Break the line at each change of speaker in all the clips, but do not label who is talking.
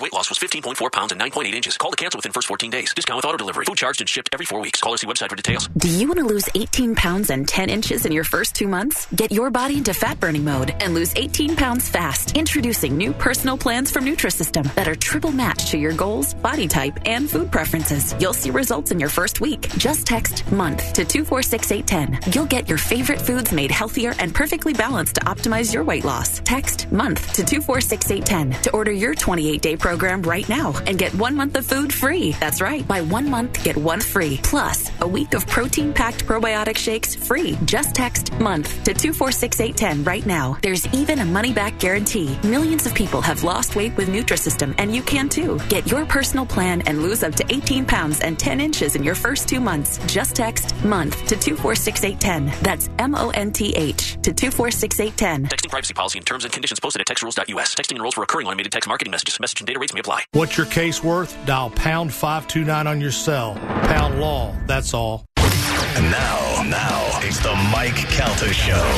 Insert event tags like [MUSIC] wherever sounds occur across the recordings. weight loss was 15.4 pounds and 9.8 inches. Call to cancel within first 14 days. Discount with auto delivery. Food charged and shipped every four weeks. Call or see website for details.
Do you want to lose 18 pounds and 10 inches in your first two months? Get your body into fat burning mode and lose 18 pounds fast. Introducing new personal plans from Nutrisystem that are triple matched to your goals, body type, and food preferences. You'll see results in your first week. Just text month to 246810. You'll get your favorite foods made healthier and perfectly balanced to optimize your weight loss. Text month to 246810 to order your 28 day program right now and get one month of food free. That's right. Buy one month, get one free. Plus, a week of protein packed probiotic shakes free. Just text month to 246810 right now. There's even a money back guarantee. Millions of people have lost weight with Nutrisystem, and you can too. Get your personal plan and lose up to 18 pounds and 10 inches in your first two months. Just text month to 246810. That's M O N T H to 246810.
Texting privacy policy and terms and conditions posted at textrules.us. Texting enrolls for recurring automated text marketing messages. Message and data rates may apply.
What's your case worth? Dial pound 529 on your cell. Pound law. That's all.
And now, now, it's the Mike Calta Show.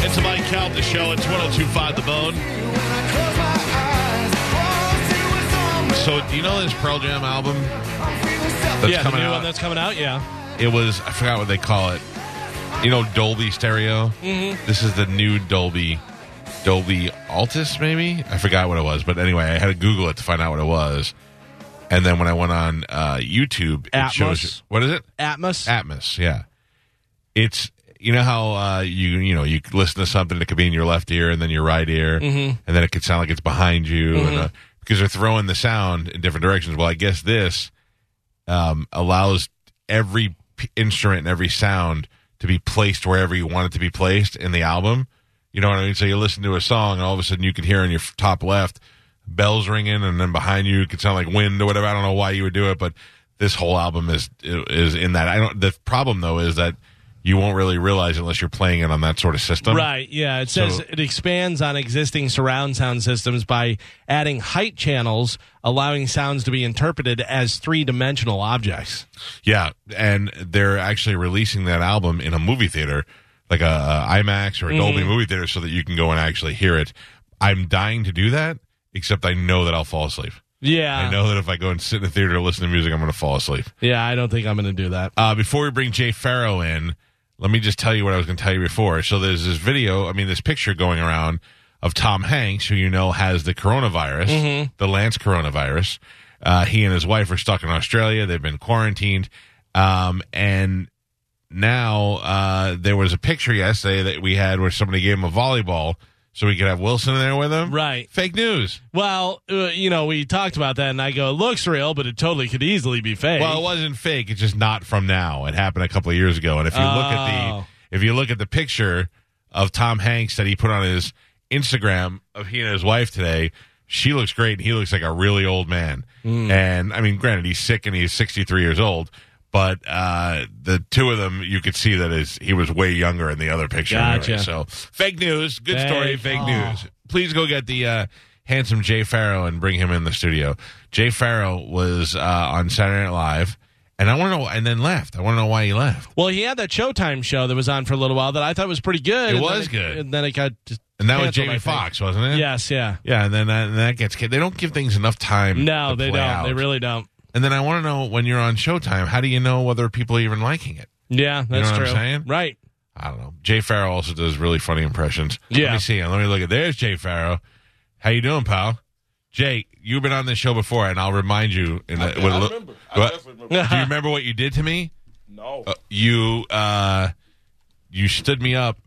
It's a Mike Cal the show. oh It's 1025 The Bone. So, do you know this Pearl Jam album? That's
yeah, the new one that's coming out. Yeah,
It was, I forgot what they call it. You know, Dolby Stereo? Mm-hmm. This is the new Dolby. Dolby Altus, maybe? I forgot what it was. But anyway, I had to Google it to find out what it was. And then when I went on uh, YouTube, it
Atmos.
shows. What is it?
Atmos.
Atmos, yeah. It's you know how uh, you you know you listen to something that could be in your left ear and then your right ear, and then it could sound like it's behind you, and, uh, because they're throwing the sound in different directions. Well, I guess this um, allows every p- instrument and every sound to be placed wherever you want it to be placed in the album. You know what I mean? So you listen to a song, and all of a sudden you could hear in your f- top left bells ringing, and then behind you it could sound like wind or whatever. I don't know why you would do it, but this whole album is is in that. I don't. The problem though is that you won't really realize unless you're playing it on that sort of system.
Right. Yeah. It says
So-
it expands on existing surround sound systems by adding height channels, allowing sounds to be interpreted as three dimensional objects.
Yeah, and they're actually releasing that album in a movie theater, like a, a IMAX or a Dolby movie theater, so that you can go and actually hear it. I'm dying to do that, except I know that I'll fall asleep.
Yeah.
I know that if I go and sit in the theater to listen to music, I'm going to fall asleep.
Yeah, I don't think I'm going to do that.
Uh, before we bring Jay Farrow in, let me just tell you what I was going to tell you before. So there's this video, I mean, this picture going around of Tom Hanks, who you know has the coronavirus, the Lance coronavirus. Uh, he and his wife are stuck in Australia. They've been quarantined. Um, and now uh, there was a picture yesterday that we had where somebody gave him a volleyball so we could have Wilson in there with him.
Right.
Fake news.
Well, uh, you know, we talked about that, and I go, it looks real, but it totally could easily be fake.
Well, it wasn't fake. It's just not from now. It happened a couple of years ago. And if you look at
Oh.
the if you look at the picture of Tom Hanks that he put on his Instagram of he and his wife today, she looks great and he looks like a really old man.
Hmm.
And I mean, granted, he's sick and he's sixty three years old. But uh, the two of them, you could see that is he was way younger in the other picture.
Gotcha.
anyway. So fake news, good story, fake
Fake. Aw.
news. Please go get the uh, handsome Jay Farrow and bring him in the studio. Jay Farrow was uh, on Saturday Night Live, and I want to know, and then left. I want to know why he left.
Well, he had that Showtime show that was on for a little while that I thought was pretty good.
It
and
was
then
good.
and then it got.
And that was
canceled, I
Jamie
think.
Foxx, wasn't it?
Yes, yeah.
Yeah, and then that, and that gets kid. They don't give things enough time.
No,
to
they
play
don't.
out.
They really don't.
And then I want to know when you're on Showtime, how do you know whether people are even liking it?
Yeah, that's
know what I'm
true.
saying?
Right.
I don't know. Jay Farrow also does really funny impressions. Let
Yeah.
me see. Let me look at. There's Jay Farrow. How you doing, pal? Jay, you've been on this show before, and I'll remind you. In the, with a
I
li-
remember. I
What-
definitely remember.
Do you remember what you did to me?
No.
Uh, you uh, you stood me up.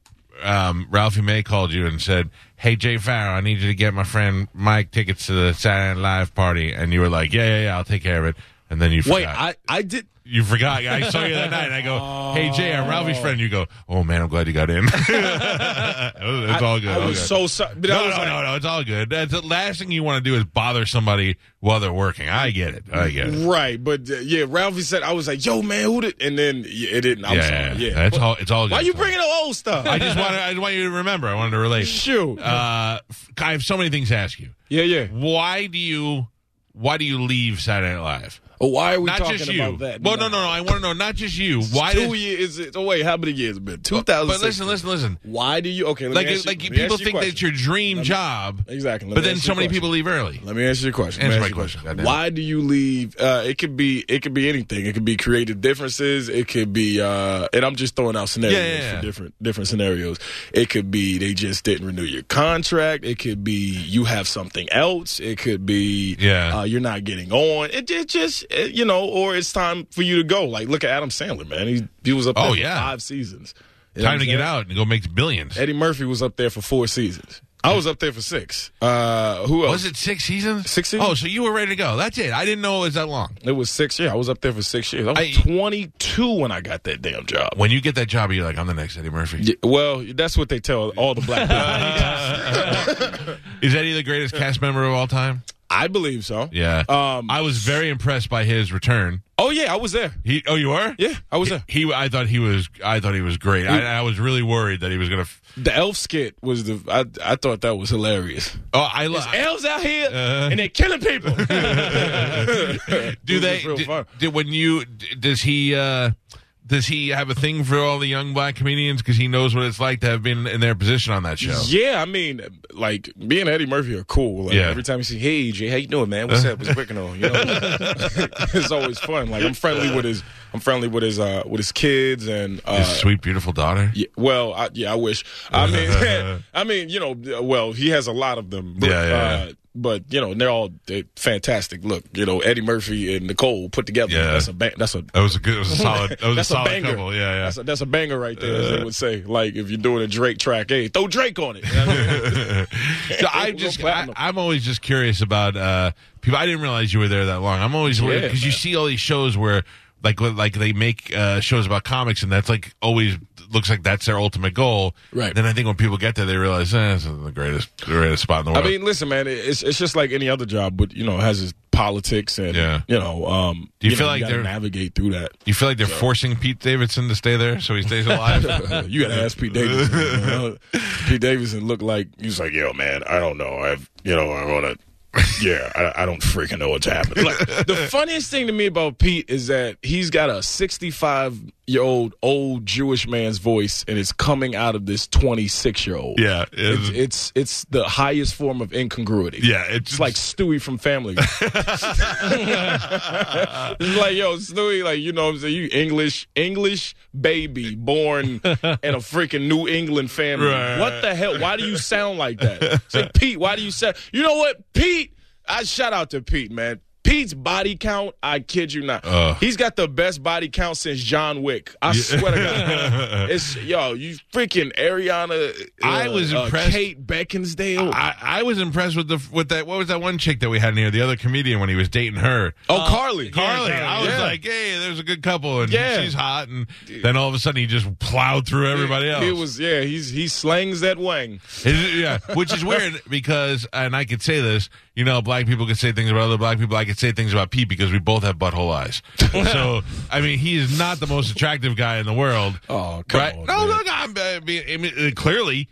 Um, Ralphie May called you and said, "Hey Jay Farrow, I need you to get my friend Mike tickets to the Saturday Night Live party." And you were like, "Yeah, yeah, yeah, I'll take care of it." and then you forgot.
Wait, I, I did.
you forgot. I saw you that night, and I go, "Hey Jay, I'm Ralphie's friend." You go, "Oh man, I'm glad you got in." [LAUGHS] it's all good.
I
all
was
good.
so oh, sorry. But I
No,
was
no,
like,
no, no. It's all good. That's the last thing you want to do is bother somebody while they're working. I get it. I get it.
Right, but uh, yeah, Ralphie said I was like, "Yo, man, who did?" And then yeah, it didn't. I'm
yeah,
sorry.
yeah.
Yeah.
That's all. It's all. Good
Why you
stuff.
bringing up old stuff?
I just want. I just want you to remember. I wanted to
[LAUGHS]
relate.
Shoot.
Uh, f- I have so many things to ask you.
yeah, yeah.
Why do you? Why do you leave Saturday Night Live?
Oh, why are we
not
talking
just you.
about that?
Well, no, no, no. I want to know not just you. Why?
two
does-
years? Is it, oh wait, how many years? Been two thousand.
But listen, listen, listen.
Why do you? Okay, let
Like,
me ask
it-
you,
like
let me
people
ask you a
think
question.
that's your dream job.
Exactly. Let
But
me
then
ask you
so
a
many
question.
people leave early.
Let me ask you a question. Let me
Answer
ask
my
you a
question, goddamn it.
Why do you leave? Uh, it could be it could be anything. It could be creative differences. It could be, uh, and I'm just throwing out scenarios
Yeah, yeah, yeah.
for different different scenarios. It could be they just didn't renew your contract. It could be you have something else. It could be
Yeah.
uh, you're not getting on. It, it just it, you know, or it's time for you to go. Like look at Adam Sandler, man. He he was up there
Oh,
for
yeah.
five seasons. You know what
Time
I'm
to get
saying?
out and go make billions.
Eddie Murphy was up there for four seasons. I was up there for six. Uh, who else?
Was it six seasons?
Six seasons.
Oh, so you were ready to go. That's it. I didn't know it was that long.
It was six years. I was up there for six years. I was
I-
22 when I got that damn job.
When you get that job, you're like, I'm the next Eddie Murphy.
Yeah, well, that's what they tell all the black people.
Is Eddie the greatest cast member of all time?
[LAUGHS] I believe so.
Yeah.
Um,
I was very impressed by his return.
oh yeah, I was there.
He, oh, you were?
Yeah, I was there.
He, I thought he was. I thought he was great. I, I was really worried that he was gonna. F-
The elf skit was the. I I thought that was hilarious.
oh, I love.
Elves out here and they're killing [LAUGHS] people.
Do
It was
they?
just real
d-
fun.
d- when you d- does he? uh Does he have a thing for all the young black comedians because he knows what it's like to have been in their position on that show?
Yeah, I mean, like me and Eddie Murphy are cool. Like,
Yeah.
Every time you see, hey Jay, how you doing, man? What's up? What's working on? You know, [LAUGHS] it's always fun. Like I'm friendly with his, I'm friendly with his, uh, with his kids and uh,
His sweet, beautiful daughter.
Yeah, well, I, yeah, I wish.
[LAUGHS]
I mean, [LAUGHS] I mean, you know, well, he has a lot of them. But,
Yeah, yeah,
uh, But you know, they're all they're fantastic. Look, you know, Eddie Murphy and Nicole put together.
Yeah.
That's a bang, that's a
That was a good. That was a solid. That was
that's
a solid
banger.
couple. Yeah, Uh. yeah.
That's a, that's a banger right there. as they would say, like if you're doing a Drake track, hey, throw Drake on it. You know what I mean?
So I
Real
just, I,
platinum.
I'm always just curious about uh, people. I didn't realize you were there that long. I'm always worried
Yeah,
because you
man.
see all these shows where, like, wh- like they make uh, shows about comics, and that's like always looks like that's their ultimate goal.
Right.
Then I think when people get there, they realize eh, this is the greatest, the greatest spot in the world.
I mean, listen, man, it- it's it's just like any other job, but you know, it has its politics and
Yeah.
you know, um,
Do you feel
know,
like
gotta
they're-
navigate through that? [LAUGHS]
you feel like they're forcing Pete Davidson to stay there so he stays alive.
[LAUGHS] you gotta ask Pete Davidson.
[LAUGHS]
man. Pete Davidson looked like he was like, "Yo, man, I don't know. I've you know, I wanna, yeah, I, I don't freaking know what's
[LAUGHS]
happening." Like, the funniest thing to me about Pete is that he's got a 65 year old old Jewish man's voice, and it's coming out of this 26 year old.
yeah,
It's,
it's,
it's it's the highest form of incongruity.
yeah, it's,
It's like Stewie from Family.
[LAUGHS]
Guy. it's like, yo, Stewie, like, you know what I'm saying? You English, English baby
[LAUGHS]
born in a freaking New England family.
Right.
What the hell? Why do you sound like that? It's like, Pete, why do you sound? You know what? Pete, I shout out to Pete, man. Pete's body count, I kid you not.
Ugh.
He's got the best body count since John Wick. I swear to God.
[LAUGHS]
It's, yo, you freaking Ariana. uh,
I was
uh,
impressed.
Kate Beckinsdale.
I, I was impressed with the with that. What was that one chick that we had in here? The other comedian when he was dating her.
oh, Carly.
Uh, Carly. I was
Yeah.
like, hey, there's a good couple, and
Yeah.
she's hot, and then all of a sudden he just plowed through everybody else.
He was yeah. He's he slangs that wang.
Is it- yeah, which is
[LAUGHS]
weird because, and I could say this, you know, black people could say things about other black people. I could say things about Pete because we both have
[LAUGHS]
butthole eyes. so, I mean, he is not the most attractive guy in the world.
Oh, come on,
No,
man.
no, no. I'm, I mean, I mean, uh, clearly,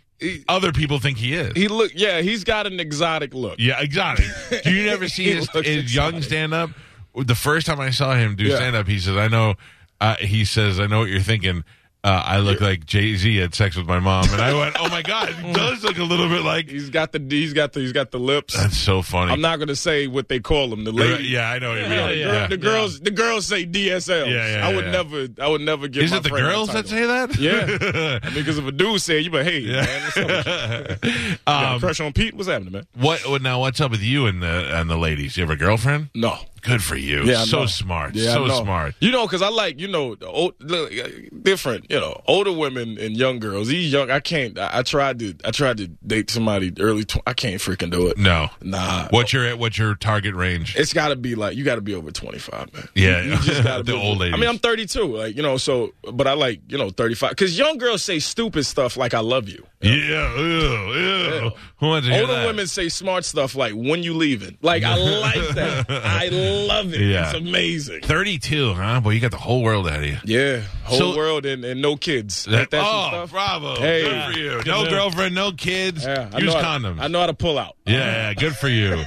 other people think he is.
He look yeah. He's got an exotic look.
Yeah, exotic.
[LAUGHS]
Do you never see
He
his,
looks
his young
exotic.
stand up? The first time I saw him do
Yeah.
stand up, he says, "I know." Uh, he says, "I know what you're thinking." Uh, I look like Jay Z had sex with my mom, and I went, "Oh my god,
[LAUGHS]
he does look a little bit like."
He's got the he's got the he's got the lips.
That's so funny.
I'm not gonna say what they call him. The lady.
Yeah, I know. what you mean.
The,
Yeah.
the girls the girls say DSL.
Yeah, yeah,
I would
yeah.
never I would never give.
Is
my
it the
friend
girls that
title.
say that? [LAUGHS]
Yeah. I mean, because if a dude said you, but hey, man, what's up? with you?
[LAUGHS]
You got a
Um,
crush on Pete? What's happening, man?
what? Now, what's up with you and the and the ladies? You have a girlfriend?
No,
Good for you.
Mm. Yeah, I
so
know.
smart.
Yeah, I
so
know.
smart.
You know, because I like you know the old, look, uh, different. You know, older women and young girls. These young, I can't. I, I tried to. I tried to date somebody early. Tw- I can't freaking do it.
No.
Nah.
What's your what's your target range?
It's got to be like you got to be over twenty five, man.
Yeah.
You just gotta
[LAUGHS] The
be-
old
I
ladies.
mean, I'm 32, like you know. So, but I like you know 35 because young girls say stupid stuff like "I love you."
yeah. Ew, ew. Who wants to hear
Older
that?
women say smart stuff like "When you leaving?" Like I like that.
[LAUGHS]
I love it.
Yeah.
It's amazing.
Thirty-two, huh? Boy, you got the whole world out of you.
Yeah, whole
So-
world and, and no kids. Ain't that some
oh,
stuff?
bravo!
Hey.
Good for you.
Good
No
move.
girlfriend, no kids.
Yeah, I
Use
know how-
condoms.
I know how to pull out. Uh-huh.
Yeah, good
[LAUGHS]
for you.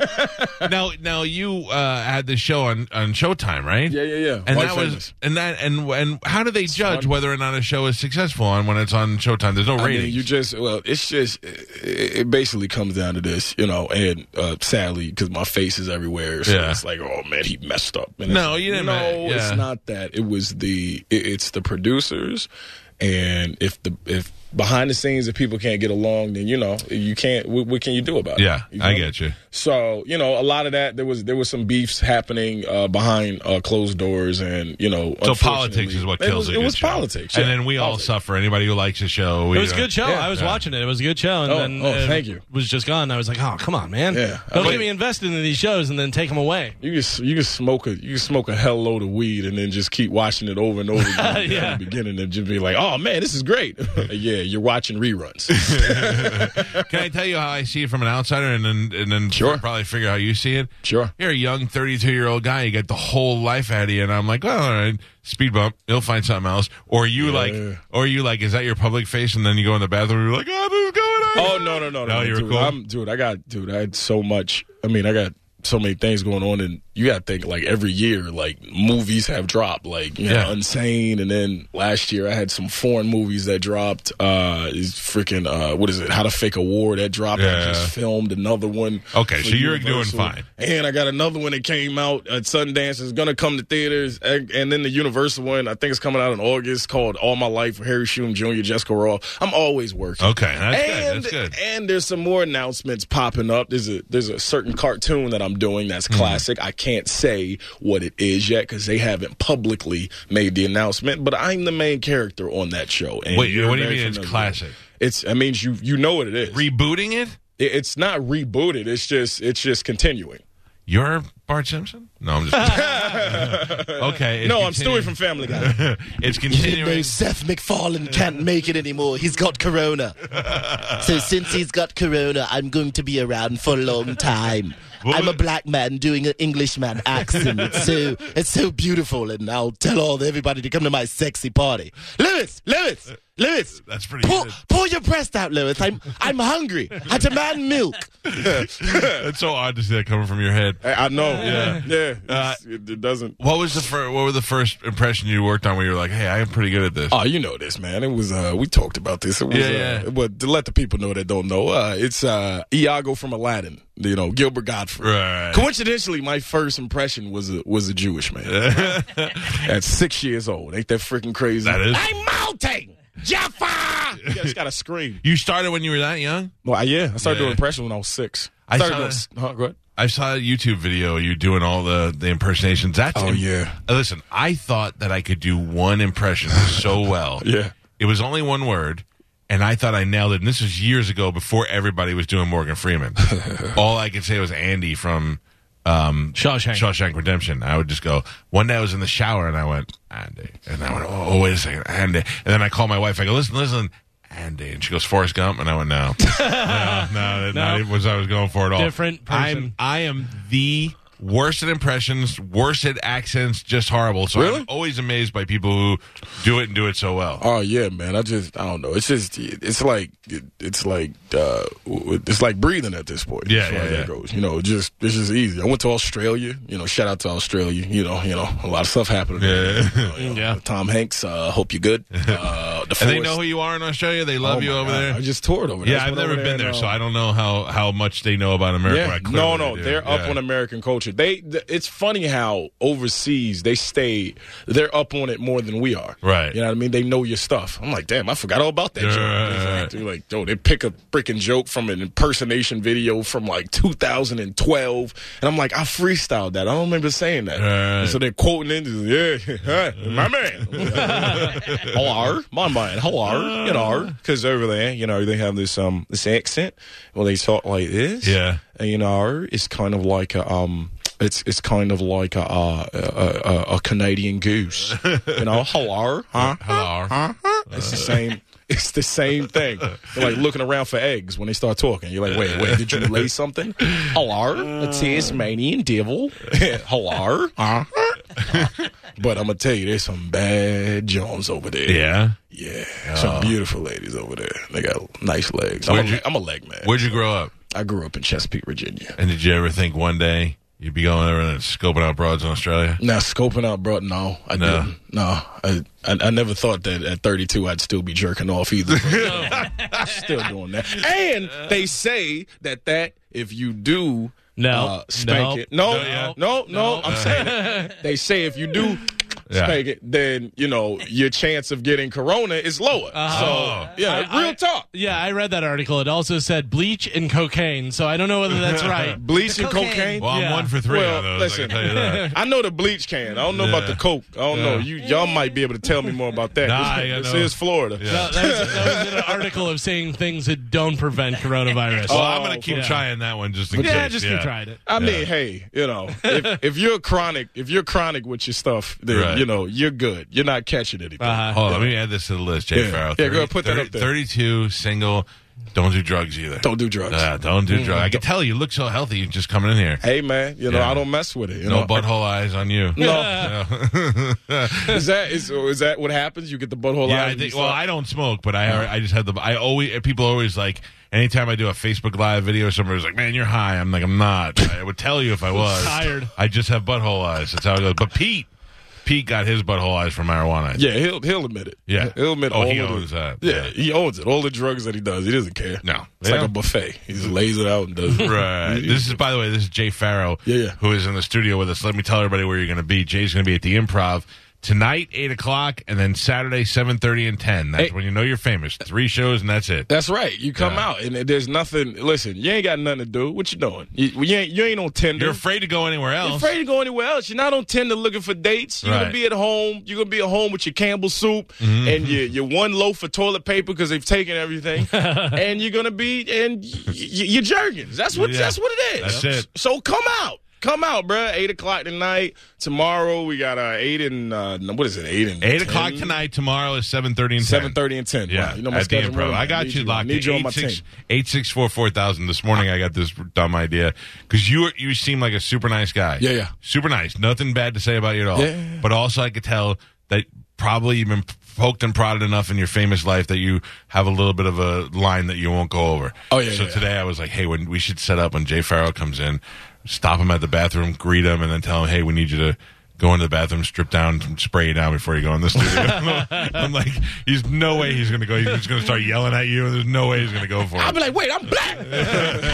now, now you uh, had this show on on Showtime, right?
Yeah, yeah, yeah.
And
White
that
Famous.
was and that and and how do they judge whether or not a show is successful on when it's on Showtime? There's no
I mean,
ratings.
you just well, it's just it, it basically comes down to this, you know. And uh, sadly, because my face is everywhere, so
Yeah.
it's like, oh man, he messed up. And
No,
it's like,
you didn't
No,
ma- yeah.
it's not that. It was the it, it's the producers, and if the if behind the scenes if people can't get along, then you know you can't. What, what can you do about
yeah,
it? You
I
know?
get you.
So you know, a lot of that there was there was some beefs happening uh, behind uh, closed doors, and you know,
So politics
unfortunately-
is what
it. Was,
kills a
it
good
was
show.
politics,
and
yeah.
then we all
Politics.
suffer. Anybody who likes a show, we uh,
It was a
don't-
good show.
Yeah.
I was watching it. It was a good show. And
Oh,
then
oh,
it
thank you.
was just gone. I was like, oh, come on, man.
Yeah.
Don't
Wait.
get me invested in these shows and then take them away.
You can you can smoke a you can smoke a hell load of weed and then just keep watching it over and
[LAUGHS]
over again
Yeah.
at the beginning and just be like, oh man, this is great. [LAUGHS] yeah, you're watching reruns.
Can I tell you how I see it from an outsider, and then and then
Sure.
probably figure out how you see it?
Sure.
You're a young 32 year old guy. You got the whole life out of you, and I'm like, well, all right, speed bump. You'll find something else. Or you like, or you like, is that your public face? And then you go in the bathroom. and You're like, oh, this is going on.
oh no no no no,
No, you're
dude,
cool.
I'm, dude, I got dude, I had so much. I mean, I got so many things going on, and you got to think like every year, like movies have dropped, like you
Yeah.
know, Insane, and then last year I had some foreign movies that dropped. Uh, is freaking uh, what is it? How to Fake a War that dropped.
Yeah.
I just filmed another one.
Okay,
for
so you're doing
Universal.
fine.
And I got another one that came out at Sundance. It's gonna come to theaters, and, and then the Universal one. I think it's coming out in August. Called All My Life with Harry Shum Jr., Jessica Raw. I'm always working.
Okay, that's
and,
good. That's good.
and there's some more announcements popping up. There's a there's a certain cartoon that I'm doing that's
Hmm.
classic. I can't say what it is yet because they haven't publicly made the announcement. But I'm the main character on that show. And
Wait,
you're
what do you
very
mean it's
familiar.
classic?
It's that means you you know what it is.
Rebooting it?
It- it's not rebooted. It's just it's just continuing.
You're Bart Simpson? No, I'm just
[LAUGHS]
[LAUGHS] okay. it's
no, I'm
continuing-
Stewie from Family Guy.
[LAUGHS]
[LAUGHS]
it's
You know,
continuing.
Seth MacFarlane can't make it anymore. He's got corona. so since he's got corona, I'm going to be around for a long time.
What
I'm a
was-
black man doing an Englishman accent. It's so it's so beautiful, and I'll tell all everybody to come to my sexy party. Lewis, Lewis, Lewis.
That's pretty
Pour,
good.
pour your breast out, Lewis. I'm I'm hungry. I demand milk.
[LAUGHS] It's so odd to see that coming from your head.
I I know.
[LAUGHS] Yeah. Uh,
Yeah, yeah. It's- it, it doesn't.
What was the fir- what were the first impression you worked on where you were like, hey, I am pretty good at this?
Oh, you know this, man. It was uh we talked about this. It was
Yeah, yeah.
uh but to let the people know that don't know, uh it's uh Iago from Aladdin, you know, Gilbert Godfrey.
Right.
Coincidentally, my first impression was a was a Jewish man. [LAUGHS] At six years old. Ain't that freaking crazy?
That is.
I'm melting.
[LAUGHS]
Jaffa.
You just gotta scream.
[LAUGHS] You started when you were that young.
Well, I- yeah, I started
Yeah.
doing impressions when I was six.
I
started
saw
doing
that.
s- huh, go ahead.
I saw a YouTube video of you doing all the the impersonations. That's Uh,
Oh, yeah.
Listen, I thought that I could do one impression
[LAUGHS]
so well.
Yeah.
It was only one word, and I thought I nailed it. And this was years ago, before everybody was doing
[LAUGHS]
Morgan Freeman. all I could say was Andy from um,
Shawshank.
Shawshank Redemption. I would just go. One day I was in the shower and I went Andy, and I went, oh wait a second, Andy. And then I called my wife. I go, listen, listen. Andy, and she goes Forrest Gump, and I went
[LAUGHS]
no, no, no, no. not
No.
even what I was going for at all.
Different person.
I'm I am
[LAUGHS]
the worst at impressions, worst at accents, just horrible. So
Really?
I'm always amazed by people who do it and do it so well.
Oh yeah, man. I just I don't know. It's just it's like it's like uh it's like breathing at this point.
Yeah,
as far
yeah,
as
yeah.
That goes. You know, it just it's just easy. I went to Australia. You know, shout out to Australia. You know, you know, a lot of stuff happening. there.
Yeah. [LAUGHS]
You know, you know, Tom Hanks. Uh, hope you're good. Uh, the
And
forest.
they know who you are in Australia. They love
Oh,
you
my
over
God.
there.
I just toured over there.
yeah,
Just
I've
went
never
over there
been there,
and,
so
uh,
I don't know how, how much they know about America. but I
no,
clearly
no,
do.
they're up
Yeah.
on American culture. They, th- it's funny how overseas they stay, they're up on it more than we are.
Right.
You know what I mean? They know your stuff. I'm like, damn, I forgot all about that.
Yeah,
joke.
right,
It's
right,
like, dude, like, yo, they pick a freaking joke from an impersonation video from like 2012, and I'm like, I freestyled that. I don't remember saying that.
Right.
And so they're quoting it. just, Yeah, [LAUGHS] huh, my
[LAUGHS]
man. Hello, [LAUGHS] my man. Hello, you know,
Ah.
because over there, you know, they have this um this accent where they talk like this
Yeah.
you know, it's kind of like a, um, it's it's kind of like a uh, a, a, a Canadian goose, you know. Hello, huh?
Hello.
huh? huh? It's the same. It's the same thing. They're like looking around for eggs when they start talking. You're like, wait, wait, did you lay something? Hello, a Tasmanian devil. [LAUGHS] Hello, huh? But I'm gonna tell you, there's some bad Jones over there.
Yeah.
yeah, some beautiful ladies over there. They got nice legs. I'm, a,
Where'd you-
am a leg man.
Where'd you grow up?
I grew up in Chesapeake, Virginia.
And did you ever think one day you'd be going over and scoping out broads in Australia?
Now scoping out, bro. No, I
No.
didn't. No, I, I I never thought that at 32 I'd still be jerking off either. I'm still doing that. And they say that that if you do
No.
uh, spank
No.
it, no,
No,
no,
yeah.
no, no, I'm saying it. they say if you do
Yeah.
spank it, then you know your chance of getting corona is lower. Oh.
Uh-huh.
So
Oh.
yeah,
I-
real
I-
talk.
Yeah, I read that article. It also said bleach and cocaine, so I don't know whether
[LAUGHS]
that's right.
Bleach and
cocaine.
cocaine.
Well, I'm
Yeah.
one for three
Well,
on those. I
listen.
can tell you that.
[LAUGHS] I know the bleach can. I don't know about the coke. I don't know. You y'all might be able to tell me more about that.
Nah, I
this
know.
is Florida.
No, that, was, that was an article of saying things that don't prevent
[LAUGHS]
coronavirus.
Oh,
Well, I'm going to keep
yeah.
trying that one just in case.
yeah, just keep trying it.
I mean, hey, you know,
[LAUGHS]
if, if you're chronic, if you're chronic with your stuff, then
Right.
you know you're good. You're not catching anything.
Uh-huh.
Oh, let me add this to the list, Jay
Yeah.
Farrell.
Yeah, go ahead, put that up there.
32, single, don't do drugs either.
Don't do drugs. Mm-hmm.
Yeah, don't do drugs. I can tell you look so healthy just coming in here.
Hey, man, you know
Yeah.
I don't mess with it. You
no
know?
butthole eyes on you.
[LAUGHS]
[LAUGHS]
No,
[LAUGHS] Yeah.
[LAUGHS] is that is, is that what happens? You get the butthole
Yeah,
out.
I
and you
think. Well,
start-
I don't smoke, but I I just had the. I always people always like anytime I do a Facebook live video, somebody's like, "Man, you're high." I'm like, I'm not. [LAUGHS] I would tell you if I was
Tired.
I just have butthole eyes. That's how it goes. But Pete, Pete got his butthole eyes from marijuana.
yeah, he'll he'll admit it.
Yeah.
he'll admit.
Oh,
all
he
of it.
owns that.
Yeah,
Yeah.
he owns it. All the drugs that he does, he doesn't care.
No.
it's
Yeah.
like a buffet. He
[LAUGHS]
just lays it out and does it.
Right. This is, by the way, this is Jay Farrow,
Yeah, yeah.
who is in the studio with us. Let me tell everybody where you're going to be. Jay's going to be at the Improv tonight, eight o'clock, and then Saturday, seven thirty and ten. That's
Hey.
when you know you're famous. Three shows, and that's it.
That's right. You come out and there's nothing. Listen, you ain't got nothing to do. What you doing? You, you ain't you ain't on Tinder.
You're afraid to go anywhere
You're
else.
afraid to go anywhere else. You're not on Tinder looking for dates. You're
Right. Mm-hmm.
gonna be at home. You're gonna be at home with your Campbell soup and your your one loaf of toilet paper because they've taken
[LAUGHS]
everything. and you're gonna be and y- y- you're jerkins. That's what
Yeah.
that's what it is.
That's it.
So come out. Come out, bruh. Eight o'clock tonight. Tomorrow we got uh, eight and uh, what is it? Eight and
Eight
10?
o'clock tonight. Tomorrow is seven thirty and 10.
Seven thirty and ten.
Yeah,
Wow, you know my
at the
schedule.
Improv.
man.
I got
need
you locked.
I need you on my
Eight six-
team.
eight six four four thousand. This morning I got this dumb idea because you were- you seem like a super nice guy.
Yeah, yeah.
super nice. Nothing bad to say about you at all.
Yeah, yeah, yeah.
But also I could tell that probably you've been poked and prodded enough in your famous life that you have a little bit of a line that you won't go over.
Oh, yeah,
So
yeah, yeah.
today I was like, hey, when we should set up when Jay Farrell comes in, stop him at the bathroom, greet him, and then tell him, hey, we need you to. Go into the bathroom, strip down, and spray you down before you go in the
[LAUGHS]
studio. [LAUGHS] I'm like, he's no way he's gonna go. He's just gonna start yelling at you, and there's no way he's gonna go for
I'll
it.
be like, wait, I'm black.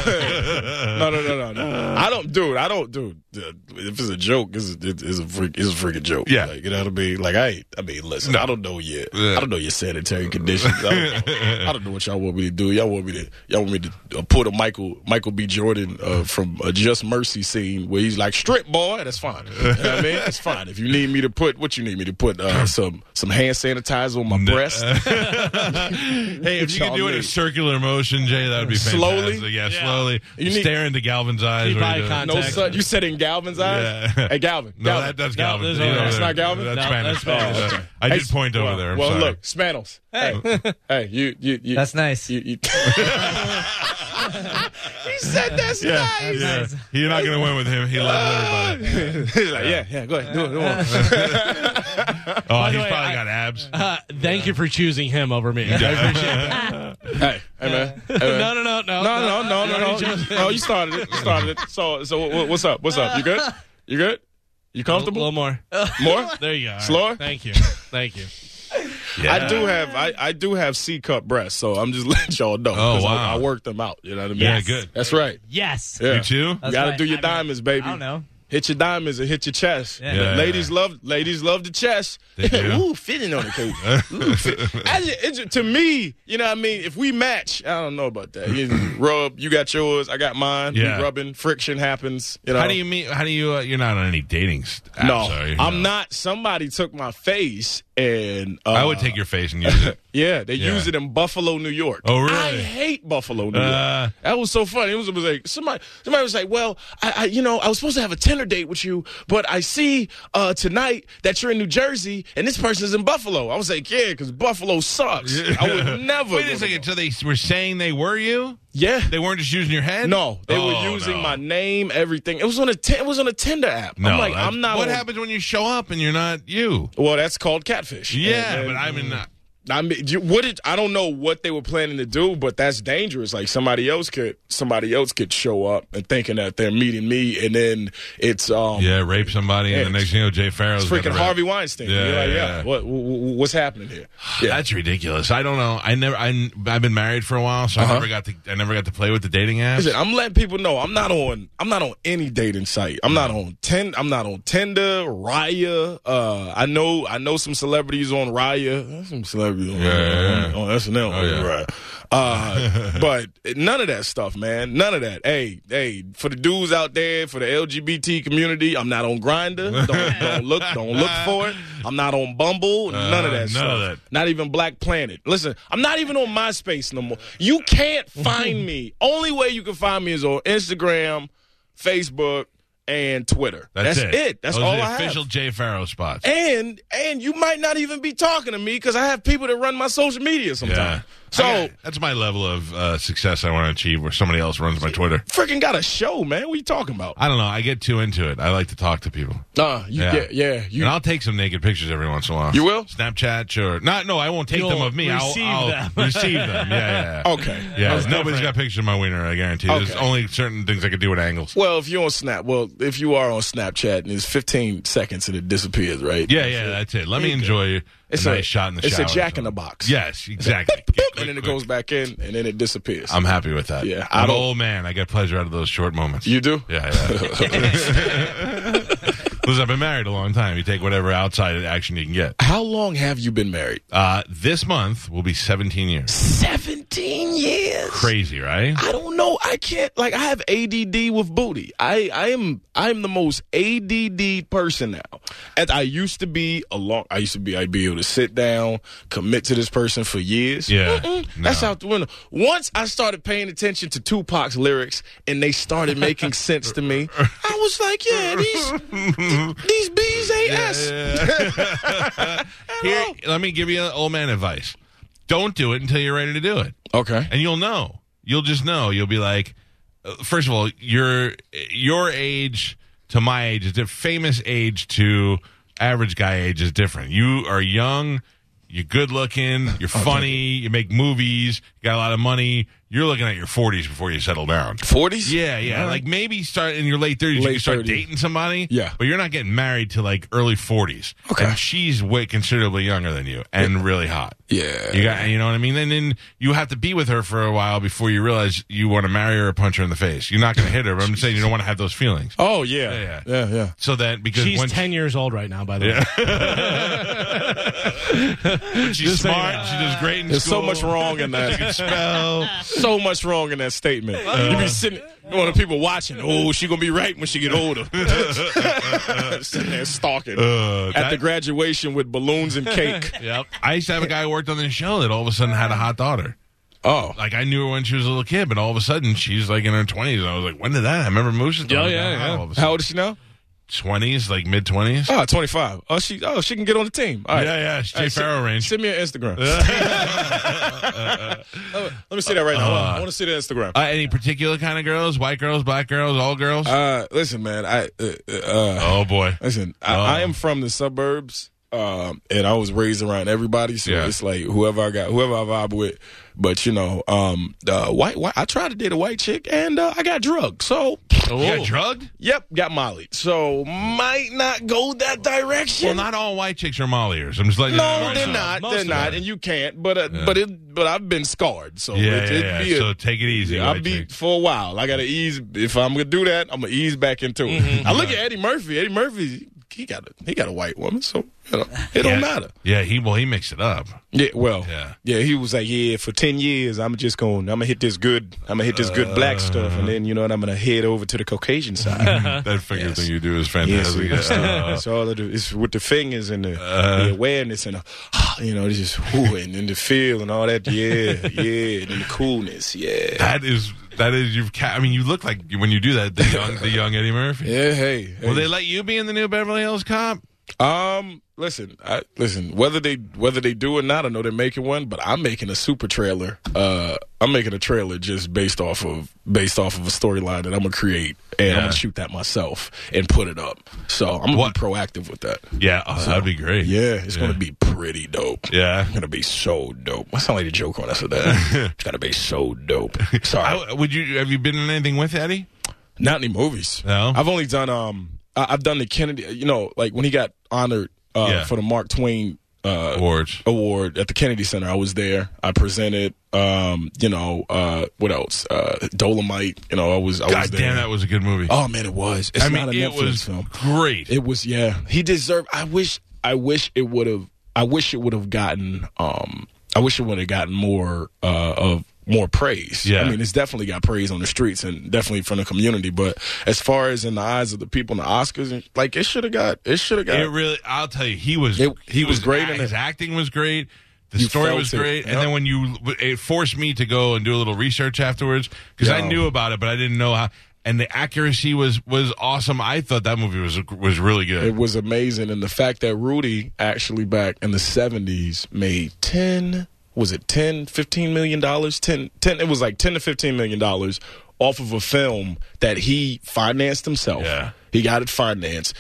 no, no, no, no, no. I don't, dude. I don't, dude. uh, If it's a joke, it's, it- it's a freak, it's a freaking joke.
Yeah.
like, you know what I mean. Like, I, ain't- I mean, listen, I don't know yet. I don't know your sanitary conditions. I don't know, I don't know what y'all want me to do. Y'all want me to, y'all want me to uh, put a Michael, Michael B. Jordan uh, from a Just Mercy scene where he's like, strip boy. That's fine. You know what I mean, that's fine. If you need me to put, what you need me to put, uh, some, some hand sanitizer on my breast.
[LAUGHS] hey, if you could do it in a circular motion, Jay, that would be
Slowly?
fantastic. Yeah, slowly.
You need-
Stare into Galvin's eyes.
Keep
while
eye
you do it.
contact.
No, son. You said in Galvin's eyes.
Yeah.
Hey, Galvin.
No,
Galvin.
that, that's
No,
Galvin.
there's
You
no-
know,
that's
not Galvin?
That's
No,
Spanish.
that's
Yeah.
Spanish.
I did
Hey,
point over
well,
there. I'm
well,
sorry.
look, Spanos. Hey, [LAUGHS] hey, you, you, you.
That's nice.
You, [LAUGHS] you, he said that's
Yeah,
nice.
yeah. You're not going to win with him.
[LAUGHS]
He loves everybody.
He's like, yeah, yeah. Go ahead, do it, do it.
Oh, he's
the way,
probably
I-
got abs.
Uh, thank you for choosing him over me. I appreciate that.
hey, hey, man. Hey, man.
[LAUGHS] No, no, no,
No,
no,
no, no,
You
no,
already
no.
chose him.
No, you started it. You started it. So, so wha- wha- what's up? What's up? You good? You good? You
A little
comfortable?
more.
More?
There you go. All right.
Slower? [LAUGHS]
Thank you. Thank you.
Yeah.
I do have I, I do have C cup breasts, so I'm just [LAUGHS] letting y'all know. 'cause
Oh, wow.
I, I work them out. You know what I mean?
Yeah, good.
That's right.
Yes.
Yeah.
You too?
That's
gotta
right.
do your
I mean,
diamonds, baby.
I don't know.
Hit your diamonds and hit your chest.
Yeah.
Yeah.
Ladies love ladies love the chest.
They do.
[LAUGHS] Ooh, fitting on the cake.
[LAUGHS]
Ooh, fit. I ju- it ju- to me, you know what I mean. If we match, I don't know about that.
[LAUGHS]
You rub, you got yours, I got mine. We
Yeah.
rubbing, friction happens. You know.
How do you meet? How do you? Uh, you're not on any dating. s- Apps,
No,
are you?
I'm
No.
not. Somebody took my face and uh,
I would take your face and use it.
Yeah, they
Yeah.
use it in Buffalo, New York.
Oh, really?
I hate Buffalo, New York.
Uh.
that was so funny. It was, it was like somebody, somebody was like, "Well, I, I, you know, I was supposed to have a Tinder date with you, but I see uh, tonight that you're in New Jersey and this person's in Buffalo." I was like, "Yeah, because Buffalo sucks. I would [LAUGHS] never."
Wait
go
a
to
second.
Buffalo.
So they were saying they were you?
Yeah,
They weren't just using your head?
no, they
Oh,
were using
no.
my name, everything. It was on a, t- it was on a Tinder app.
No,
I'm like,
that's-
I'm not.
What
on-
happens when you show up and you're not you?
Well, that's called catfish.
Yeah,
And-
but I mean,
Mm.
uh,
I mean, you, what did, I don't know what they were planning to do, but that's dangerous. Like somebody else could, somebody else could show up and thinking that they're meeting me, and then it's um,
yeah, rape somebody, and the
Yeah,
next thing you know, Jay Farrow's
it's
got the
freaking
rap.
Harvey Weinstein.
Yeah,
You're like,
yeah,
yeah,
yeah.
What, wh- wh- what's happening here? Yeah,
That's ridiculous. I don't know. I never. I, I've been married for a while, so I never got to. I never got to play with the dating apps.
Uh-huh. Listen, I'm letting people know I'm not on. I'm not on any dating site. I'm not on ten. I'm not on Tinder, Raya. Uh, I know. I know some celebrities on Raya. There's some celebrities on,
yeah,
on, on SNL.
Oh, yeah.
Right.
[LAUGHS]
Uh, but none of that stuff, man. None of that. Hey, hey, for the dudes out there, for the LGBT community, I'm not on Grinder. Don't, don't look. Don't
[LAUGHS]
look for it. I'm not on Bumble. None of
Uh, none of
that. stuff.
that.
Not even Black Planet. Listen, I'm not even on MySpace no more. You
[LAUGHS]
can't find me. Only way you can find me is on Instagram, Facebook, and Twitter.
That's,
it. That's
Those
all
are the
I
official
have.
Jay Farrow spots.
And and you might not even be talking to me because I have people that run my social media
yeah.
sometimes. So
I got- that's my level of uh, success I want to achieve, where somebody else runs my Twitter.
freaking got a show, man. What you talking about?
I don't know. I get too into it. I like to talk to people.
Nah, you
Yeah.
yeah, yeah. You
and I'll take some naked pictures every once in a while.
You will?
Snapchat or not? No, I won't take them
You'll
of me.
receive
I'll, I'll
them.
[LAUGHS] receive
[LAUGHS]
them. Yeah, yeah.
Oh, okay.
Yeah, nobody's got pictures of my wiener. I guarantee. There's
Okay.
only certain things I could do at angles.
Well, if you're on Snap, well, if you are on Snapchat and it's 15 seconds and it disappears, right?
Yeah, yeah, that's it. Let me enjoy
It's
a
a-
nice shot in the
it's a
shower. or
jack in
something.
the box.
Yes, exactly.
Boop,
Yeah,
and
quick,
then it
quick.
goes back in, and then it disappears.
I'm happy with that.
Yeah, I
I'm an
don't-
old man. I get pleasure out of those short moments.
you do?
Yeah, yeah.
[LAUGHS]
Listen, I've been married a long time. You take whatever outside action you can get.
How long have you been married?
Uh, this month will be 17 years.
17 years. [LAUGHS]
Crazy, right?
I don't know. I can't like I have ADD with booty. I I am I am the most ADD person now. As I used to be a long I used to be I'd be able to sit down, commit to this person for years.
Yeah,
Mm-mm.
no.
That's out the window. Once I started paying attention to Tupac's lyrics and they started making sense to me, I was like, yeah, these these bees ain't us.
Here, let me give you an old man advice. Don't do it until you're ready to do it.
Okay.
and you'll know. You'll just know. You'll be like, uh, first of all, your your age to my age is different. Famous age to average guy age is different. You are young. You're good looking. You're funny. You make movies. You got a lot of money. You're looking at your 40s before you settle
[LAUGHS]
down.
40s?
Yeah, yeah. Like maybe start in your late 30s, you
Late
can start
30s.
dating somebody.
Yeah.
But you're not getting married to like early 40s.
Okay.
And she's way considerably younger than you and really hot.
Yeah.
You got, you know what I mean? And then you have to be with her for a while before you realize you want to marry her or punch her in the face. You're not going to hit her, but I'm just saying you don't want to have those feelings.
Oh
Yeah,
yeah.
yeah.
Yeah, yeah.
So that because
She's
when [LAUGHS]
10 years old right now, by the way.
she's smart, she does great in
There's
school.
so much
[LAUGHS]
wrong in that.
She can Uh-huh. spell.
so much wrong in that statement. you be sitting, one of the people watching. Oh, she gonna be right when she get older.
[LAUGHS]
[LAUGHS] sitting there stalking [LAUGHS]
Uh,
at the
that-
graduation with balloons and
[LAUGHS]
cake.
Yep. I used to have a guy who worked on the show that all of a sudden had a hot daughter.
Oh,
Like I knew her when she was a little kid, but all of a sudden she's like in her twenties. I was like, when did that? I remember Moose's daughter.
How old is she now?
Twenties, like mid twenties.
Oh, 25. Oh, she. Oh, she can get on the team. All right.
Yeah, yeah. It's Jay
All right,
Farrow
send,
range.
Send me an
[LAUGHS]
Instagram. [LAUGHS] Let me see that right now.
Uh-huh.
I want to see the Instagram.
Uh, any particular kind of girls? White girls, black girls, all girls?
Uh, listen, man. I uh, uh,
oh boy.
listen. I, I am from the suburbs, um, and I was raised around everybody, so
Yeah.
it's like whoever I got, whoever I vibe with. But you know, um, uh, white, white. I tried to date a white chick, and uh, I got drugged. So,
You got drugged?
yep, got Molly. So might not go that direction.
Well, not all white chicks are molliers. I'm just letting you know.
no,
right
they're
now.
not.
Most
They're
of
not,
them.
and you can't. But uh, but it but I've been scarred, so
Yeah,
it,
yeah,
it'd
yeah.
be a-
so take it easy.
I'll
white
be
chicks.
for a while. I gotta ease. If I'm gonna do that, I'm gonna ease back into it.
Mm-hmm.
I look at Eddie Murphy. Eddie Murphy, he got a he got a white woman, so you know it
yeah.
don't matter.
Yeah, he well he mixed it up.
Yeah, well,
Yeah.
yeah. he was like, yeah, for ten years, I'm just going, to I'm gonna hit this good, I'm gonna hit this good black stuff, and then you know, what, I'm gonna head over to the Caucasian
[LAUGHS]
side.
That figure
Yes.
thing you do is
Yes,
fantastic.
that's,
Uh,
that's all I do. [LAUGHS] It's with the fingers and the,
Uh-huh.
the awareness and the, [SIGHS] you know, just whoo, and then the feel and all that. Yeah, [LAUGHS] yeah, and then the coolness. Yeah.
that is that is you've. Ca- I mean, you look like when you do that, the young the young Eddie Murphy.
Yeah, hey. hey.
Will they let you be in the new Beverly Hills Cop?
Um, listen, I, listen. Whether they whether they do or not, I know they're making one, but I'm making a super trailer. Uh, I'm making a trailer just based off of based off of a storyline that I'm gonna create, and I'm
Yeah.
gonna shoot that myself and put it up. So I'm gonna
What-
be proactive with that.
Yeah, oh, that'd be great.
Yeah, it's gonna be pretty dope.
Yeah.
It's gonna be so dope. I sound like a joke when I said
[LAUGHS]
that. it's gonna be so dope. Sorry,
I, would you have you been in anything with Eddie?
not any movies.
No?
I've only done um. I, I've done the Kennedy. You know, like when he got honored uh,
Yeah.
for the Mark Twain. Uh,
Awards.
award at the Kennedy Center. I was there. I presented. Um, you know, uh, what else? Uh, Dolomite. You know, I was. I was
God
there.
oh, damn, that was a good movie.
Oh man, it was. It's
I
not
mean,
a
it
Netflix
was
film.
great.
It was. Yeah, he deserved. I wish. I wish it would have. I wish it would have gotten. Um, I wish it would have gotten more uh, of more praise.
Yeah.
I mean, it's definitely got praise on the streets and definitely from the community. But as far as in the eyes of the people in the Oscars, and- like it should have got. It should have got.
It really, I'll tell you, he was
It- he was great in
His
it.
acting was great. The
You
story
felt
was
it.
great, and
Yep.
then when you, it forced me to go and do a little research afterwards because I
Yeah.
knew about it, but I didn't know how. And the accuracy was was awesome. I thought that movie was was really
It
good.
was amazing, and the fact that Rudy actually back in the '70s made ten was it 10 15 million dollars 10 10 it was like 10 to 15 million dollars off of a film that he financed himself
Yeah.
he got it financed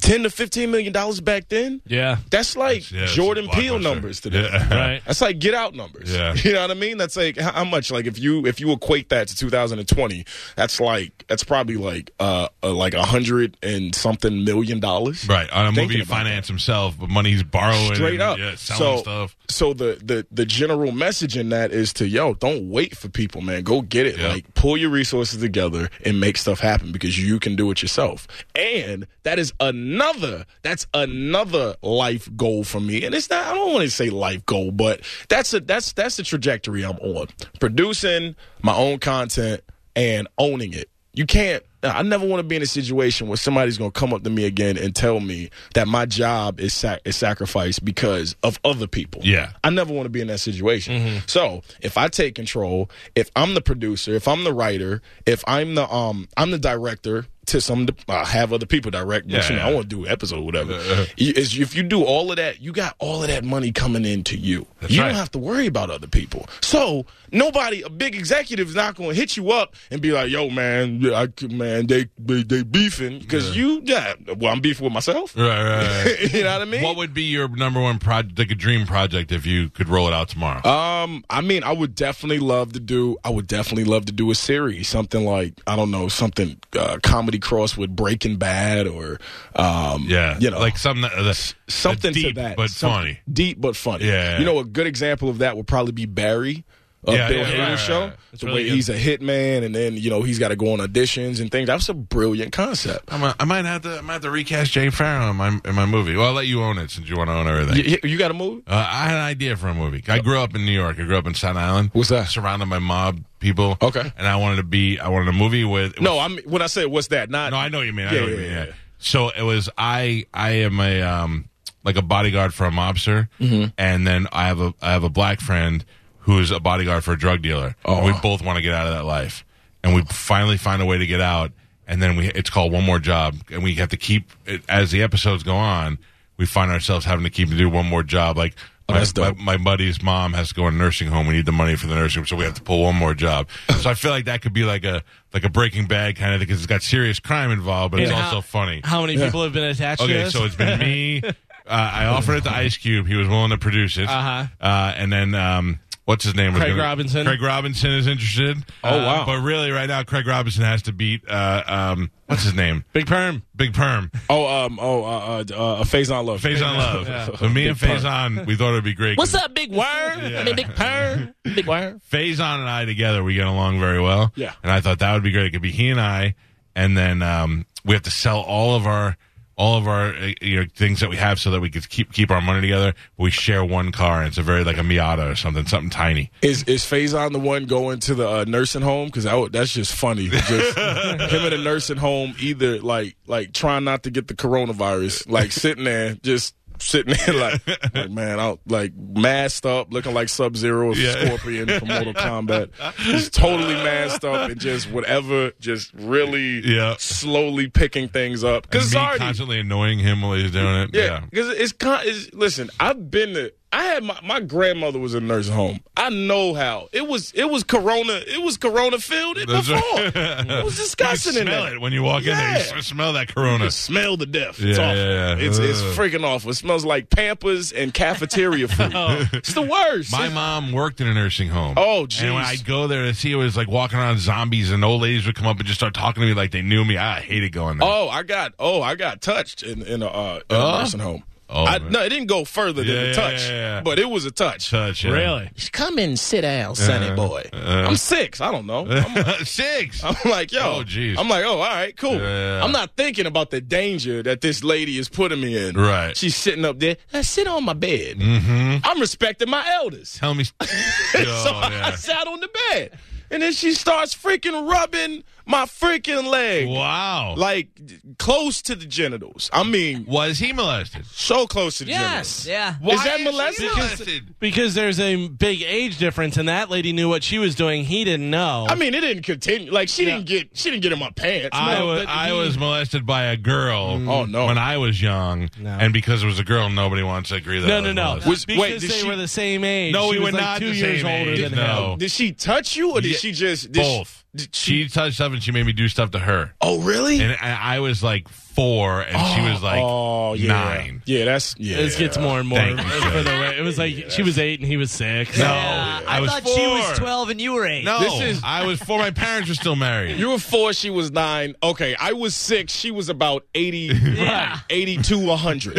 10 to 15 million dollars back then
Yeah.
that's like
Yeah, it's
jordan
a
peele
blockbuster.
numbers today
Yeah. [LAUGHS]
Right.
that's like get out numbers.
Yeah.
[LAUGHS] You know what I mean? That's like how how much like if you if you equate that to 2020, that's like that's probably like uh, uh like a hundred and something million dollars.
Right on a
Thinking
movie, he
about
financed himself, but money he's borrowing,
Straight
and,
up.
yeah, selling
so
stuff.
so the, the the general message in that is to yo, don't wait for people, man. Go get it.
Yeah.
Like pull your resources together and make stuff happen because you can do it yourself. And that is another that's another life goal for me. And it's not I don't want to say life goal, but that's a that's that's the trajectory I'm on. Producing my own content and owning it. You can't. I never want to be in a situation where somebody's going to come up to me again and tell me that my job is sac- is sacrificed because of other people.
Yeah. Mm-hmm.
I never want to be in that situation. So if I take control, if I'm the producer, if I'm the writer, if I'm the um I'm the director to some uh, have other people direct. but,
Yeah,
you know,
yeah. Uh, uh-huh.
I want to do an episode, whatever. You- is- if you do all of that, you got all of that money coming into you.
That's
you
right.
don't have to worry about other people. So nobody, a big executive, is not going to hit you up and be like, "Yo, man, yeah, I, c- man, they they, they beefing because you, yeah, well, I'm beefing with myself.
Right, right,
[LAUGHS]
right.
you know what I mean?
Uh, What would be your number one project, like a dream project, if you could roll it out tomorrow?
Um, I mean, I would definitely love to do. I would definitely love to do a series, something like I don't know, something uh, comedy cross with Breaking Bad, or um,
yeah,
you know,
like something that, that,
something
deep,
to that,
but
Some-
funny.
deep but funny.
Yeah.
you know, a good example of that would probably be Barry. Uh,
Yeah,
Bill
yeah,
Hader's
yeah, yeah.
show,
That's
the
really
way
good.
he's a hitman, and then you know he's got to go on auditions and things. That's a brilliant concept.
I'm a, I might have to. I might have to recast Jay Farrow in my in my movie. Well, I'll let you own it since you want to own everything.
You, you got a movie?
Uh, I had an idea for a movie. I grew up in New York. I grew up in Staten Island.
What's that?
Surrounded by mob people.
Okay.
And I wanted to be. I wanted a movie with.
No, I'm when I said what's that? Not
No, I know what you mean. I
Yeah,
know what you
yeah,
mean.
yeah,
Yeah.
yeah.
So it was. I. I am a um like a bodyguard for a mobster,
Mm-hmm.
and then I have a I have a black friend who's a bodyguard for a drug dealer. Oh. We both want to get out of that life, and we finally find a way to get out. And then we it's called one more job, and we have to keep it, as the episodes go on. We find ourselves having to keep do one more job, like.
Oh,
My,
that's
my,
dope.
my buddy's mom has to go in a nursing home. We need the money for the nursing home, so we have to pull one more job. so I feel like that could be like a like a Breaking Bad kind of thing because it's got serious crime involved, but it's
And
also
how-
funny.
How many people have been attached to
okay,
this? [LAUGHS]
so it's been me, Uh, I offered it to Ice Cube. He was willing to produce it.
Uh-huh.
Uh, and then um, what's his name? was
Craig
gonna-
Robinson.
Craig Robinson is interested.
Oh,
Uh,
wow.
But really, right now, Craig Robinson has to beat uh, um, what's his name?
Big perm.
Big Perm.
Oh, um, oh, uh, uh, uh, Phase on Love.
Phase on Love. So me and Phase on, we thought it would be great.
What's up, big wire? I mean, big perm. Big wire.
Phase on and I together, we get along very well.
Yeah.
And I thought that would be great. It could be he and I, and then um, we have to sell all of our all of our uh, you know things that we have so that we could keep keep our money together. We share one car. And it's a very like a Miata or something, something tiny.
Is is Faison the one going to the uh, nursing home? Because that's just
[LAUGHS]
funny. Just him at a nursing home, either like like trying not to get the coronavirus, like sitting there, just sitting there, like, like man, out like masked up, looking like Sub Zero,
Yeah.
Scorpion from
[LAUGHS]
Mortal Kombat, just totally masked up and just whatever, just really
Yeah.
slowly picking things up.
And
Because
me constantly annoying him while he's doing it.
yeah, because it's, con- it's listen. I've been to. I had my, my grandmother was in a nursing home. I know how it was. It was corona. It was corona filled it
That's
before.
[LAUGHS] right.
It was
You
disgusting. in
smell
there.
it when you walk in there.
Yeah.
You s- smell that Corona.
Smell the death. It's
Yeah,
awful.
yeah, yeah.
It's, it's
Ugh.
freaking awful. It smells like Pampers and cafeteria food.
[LAUGHS]
It's the worst.
Oh. My mom worked in a nursing home.
Oh,
And when
jeez.
I'd go there to see it was like walking around zombies, and old ladies would come up and just start talking to me like they knew me. I hated going there.
Oh, I got oh, I got touched in in a, uh, in
Oh?
a nursing home.
Oh,
I,
man.
no, it didn't go further than
Yeah,
a
yeah,
touch,
yeah, yeah.
but it was a touch.
Touch, yeah.
Really?
Come and sit down,
Uh,
Sonny boy.
I'm six. I don't know.
[LAUGHS]
I'm
[LAUGHS] Six.
I'm like, yo.
Oh, jeez.
I'm like, oh, all right, cool.
Yeah.
I'm not thinking about the danger that this lady is putting me in.
Right. Mm-hmm.
She's sitting up there. I sit on my bed. I'm respecting my elders.
Tell me. Oh, so
so [LAUGHS] I sat on the bed. And then she starts freaking rubbing my freaking leg.
Wow.
Like, close to the genitals. I mean,
was he molested?
so close to the genitals.
Yeah.
Why is that molested?
Because there's a big age difference, and that lady knew what she was doing. He didn't know.
I mean, it didn't continue. Like, she didn't get she didn't get in my pants.
I
No,
wa-
but
I
he-
was molested by a girl
Oh, no.
when I was young, and because it was a girl, nobody wants to agree that I Uh,
no,
was
no, no.
molested.
Was-
because
wait, did
they
she-
were the same age.
No, we
She was
were
like
not
two
the
years
same
older
age,
than
no.
him.
Did she touch you, or did
Yeah,
she just did she-
Both.
did
she touched stuff and she made me do stuff to her.
Oh, really?
And I, I was like four, and she was like
oh, yeah.
nine.
Yeah, that's yeah.
This gets more and more.
Thank you, sir.
for the way. It was like she was eight and he was six.
No,
Uh, I,
I, was
thought
four.
she was 12 and you were 8.
No,
This is-
I was four. My parents were still married.
You were four, she was nine. Okay, I was six, she was about 80,
[LAUGHS]
82, 100.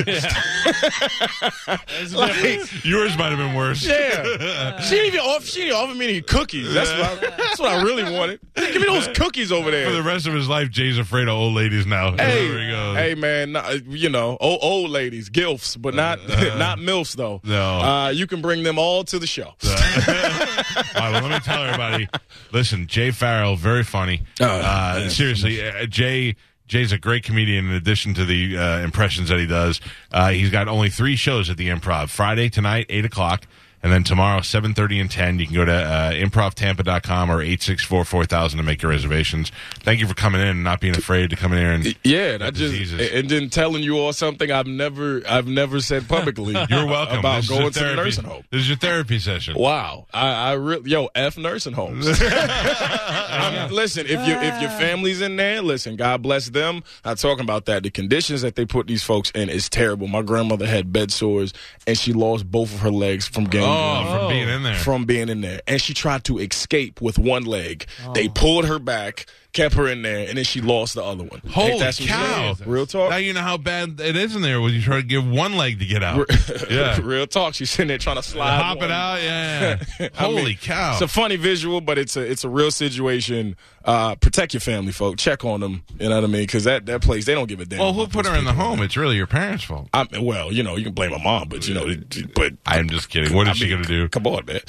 like,
Yours might have been worse.
yeah. She didn't even offer, she didn't offer me any cookies. That's what, I, that's what I really wanted. Give me those cookies over
For the
there.
rest of his life, Jay's afraid of old ladies now.
Hey,
Here we go.
hey, man, nah, you know, old, old ladies, gilfs, but not [LAUGHS] not milfs though.
Uh, No. Uh.
uh, you can bring them all to the show.
All right, well, let me tell everybody. Listen, Jay Farrell, very funny.
Oh,
Uh, seriously, uh, Jay. Jay's a great comedian. In addition to the uh, impressions that he does, uh, he's got only three shows at the Improv: Friday tonight, eight o'clock, and then tomorrow, seven thirty and ten. You can go to uh, improvtampa.com or eight six four four thousand to make your reservations. Thank you for coming in and not being afraid to come in here. And
Yeah, that just
diseases.
and then telling you all something I've never I've never said publicly.
[LAUGHS] you're welcome.
about
This is
going
your
to the
therapy-
nursing home.
This is your therapy session.
Wow, I, I really yo f nursing
[LAUGHS]
homes. I'm- listen, if you if your family's in there, listen, God bless them. Not talking about that. The conditions that they put these folks in is terrible. My grandmother had bed sores and she lost both of her legs from gangrene.
Oh, from being in there.
from being in there. And she tried to escape with one leg. They
Oh.
pulled her back, kept her in there, and then she lost the other one.
Holy
Ain't that some
cow!
shit? Real talk.
Now
[LAUGHS]
you know how bad it is in there when you try to give one leg to get [LAUGHS] out. yeah,
Real talk. She's sitting there trying to slide.
hop
one.
it out. Yeah, yeah.
[LAUGHS] I mean,
holy cow!
It's a funny visual, but it's a it's a real situation. Uh, protect your family, folk. Check on them. You know what I mean? Because that, that place, they don't give a damn.
well, who
about
put
those
her in the
people.
home? It's really your parents' fault.
I mean, well, you know, you can blame my mom, but you know, it- but
I'm just kidding. What is she going to do?
come on, man.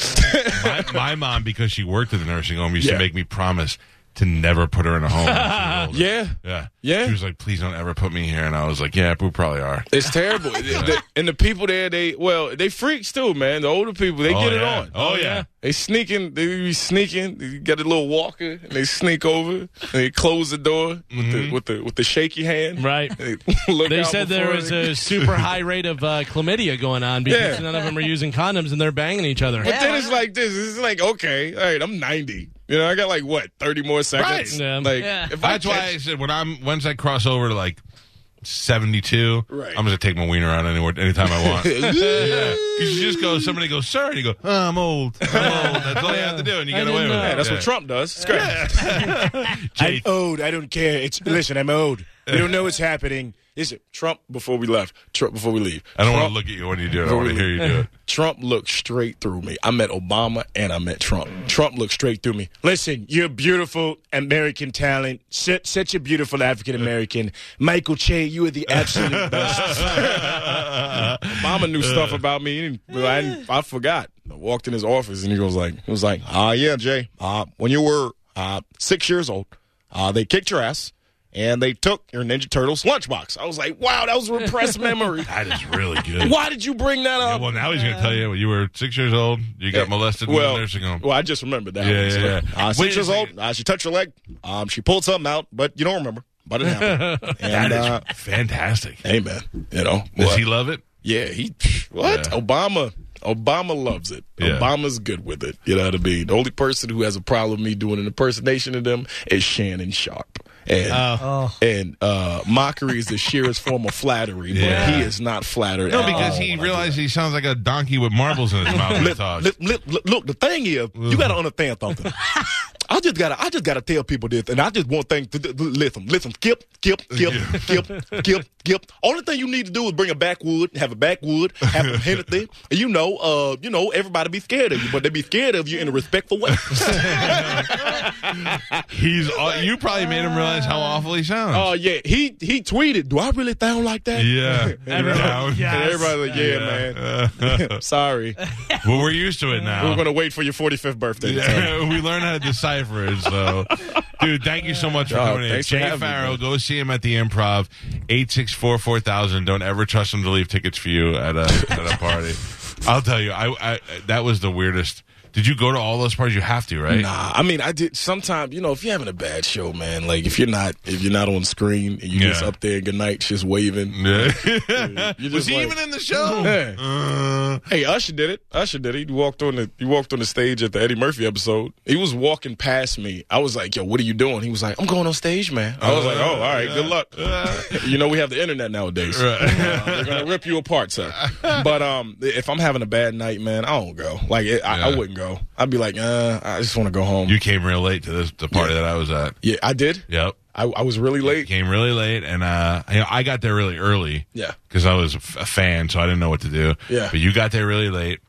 My, my mom, because she worked at the nursing home, used to
Yeah.
make me promise to never put her in a home. when
[LAUGHS]
she was older.
yeah.
yeah,
Yeah.
She was like, "Please don't ever put me here," and I was like, "Yeah, we probably are."
It's
[LAUGHS]
terrible, The- and the people there, they well, they freaks too, man. The older people, they
Oh,
get it
yeah.
on.
Oh, yeah.
they sneaking, they be sneaking. They get a little walker, and they sneak over, and they close the door with the with the with the shaky hand.
Mm-hmm. Right.
[LAUGHS] They, look
They
out
said there
before
was
they-
a super high rate of uh, chlamydia going on because
Yeah.
none of them are using condoms and they're banging each other.
[LAUGHS] But then it's like this. It's like okay, all right. I'm 90. You know, I got like what 30 more seconds.
Right. Yeah.
Like
Yeah.
if I
That's why I
catch-
said when I'm once I cross over to like 72.
Right.
I'm just going to take my wiener out anywhere, anytime I [LAUGHS] want. yeah. 'Cause you just go, somebody goes, sir. And you go, oh, I'm old. [LAUGHS] I'm old. That's all you have to do. And you
I
get
didn't
away with
know.
it.
Yeah,
That's
Yeah.
what Trump does. It's great.
Jay-
owed. I don't care. It's listen. I'm owed. We don't know what's happening. Listen, Trump before we left. Trump before we leave.
I don't want to
Trump-
look at you when you do it. I want to hear you do it.
Trump looked straight through me. I met Obama and I met Trump. Trump looked straight through me. Listen, you're beautiful American talent. Such, such a beautiful African American. Michael Che, you are the absolute best. Obama knew stuff about me. And I, didn't- I forgot. I walked in his office and he was like, he was like, ah, yeah, Jay. Uh, when you were uh, six years old, uh, they kicked your ass and they took your Ninja Turtles lunchbox. I was like, wow, that was a repressed memory.
[LAUGHS] That is really good.
Why did you bring that
Yeah,
up?
well, now he's going to tell you when you were six years old, you got molested in
well,
the nursing home.
Well, I just remembered that.
Yeah,
one. So,
yeah, yeah.
Uh,
Wait
six
a
years old.
second.
Uh, she touched her leg. Um, she pulled something out, but you don't remember. But it
[LAUGHS]
happened.
that
and
is
uh,
fantastic.
hey, man, you know
Does
what?
he love it?
yeah, he what? Obama. Obama loves it.
Yeah.
Obama's good with it. You know what I mean. The only person who has a problem with me doing an impersonation of them is Shannon Sharp. And
Oh.
and uh, mockery is the sheerest form of flattery,
Yeah.
but he is not flattered.
No,
at
because
all
he
when I do
realized he sounds like a donkey with marbles in his [LAUGHS] mouth. when he
Look,
talks.
look, look, look, look, the thing is, you
Mm-hmm.
gotta understand
[LAUGHS]
something. I just gotta, I just gotta tell people this, and I just want things to to- listen, listen, skip, skip, skip, skip, skip, skip. Only thing you need to do is bring a backwood, have a backwood, have a Hennessy, and you know, uh, you know, everybody be scared of you, but they be scared of you in a respectful
[LAUGHS]
way.
He's. aw- You probably made him realize how awful he sounds.
Oh yeah, he he tweeted, "Do I really sound like that?"
yeah.
[LAUGHS]
Everyone-
Yeah.
And everybody's like, "Yeah, man,
Uh,
sorry,
[LAUGHS] well, we're used to it now. [LAUGHS]
we're gonna wait for your 45th birthday."
Uh-huh. Yeah, we learned how to decipher it. So, dude, thank you so much for
Oh,
coming in.
thanks for
Jay
having me,
Farrell,
man.
go see him at the Improv, eight six four four thousand. Don't ever trust him to leave tickets for you at a at a
[LAUGHS]
party. I'll tell you, I, I that was the weirdest. Did you go to all those parties? You have to, [LAUGHS] right?
Nah, I mean, I did. Sometimes, you know, if you're having a bad show, man, like if you're not, if you're not on screen and you just
Yeah.
up there, good night, just [LAUGHS] waving.
Yeah. Was
just
he
like-
even in the show?
[LAUGHS] Yeah.
Uh,
Hey, Usher did it. Usher did it. He walked on the he walked on the stage at the Eddie Murphy episode. He was walking past me. I was like, "Yo, what are you doing?" He was like, "I'm going on stage, man." I was like, "Oh, all right, good luck." [LAUGHS] you know, we have the internet nowadays. [LAUGHS] Uh, they're gonna rip you apart, [LAUGHS] sir. But um, if I'm having a bad night, man, I don't go. Like, it, I,
Yeah.
I wouldn't go. I'd be like, "Uh, I just want to go home."
you came real late to this the party that I was at.
yeah, I did.
Yep.
I, I was really late.
Came really late, and uh, you know, I got there really early.
Yeah.
because I was a f- a fan, so I didn't know what to do.
Yeah.
but you got there really late.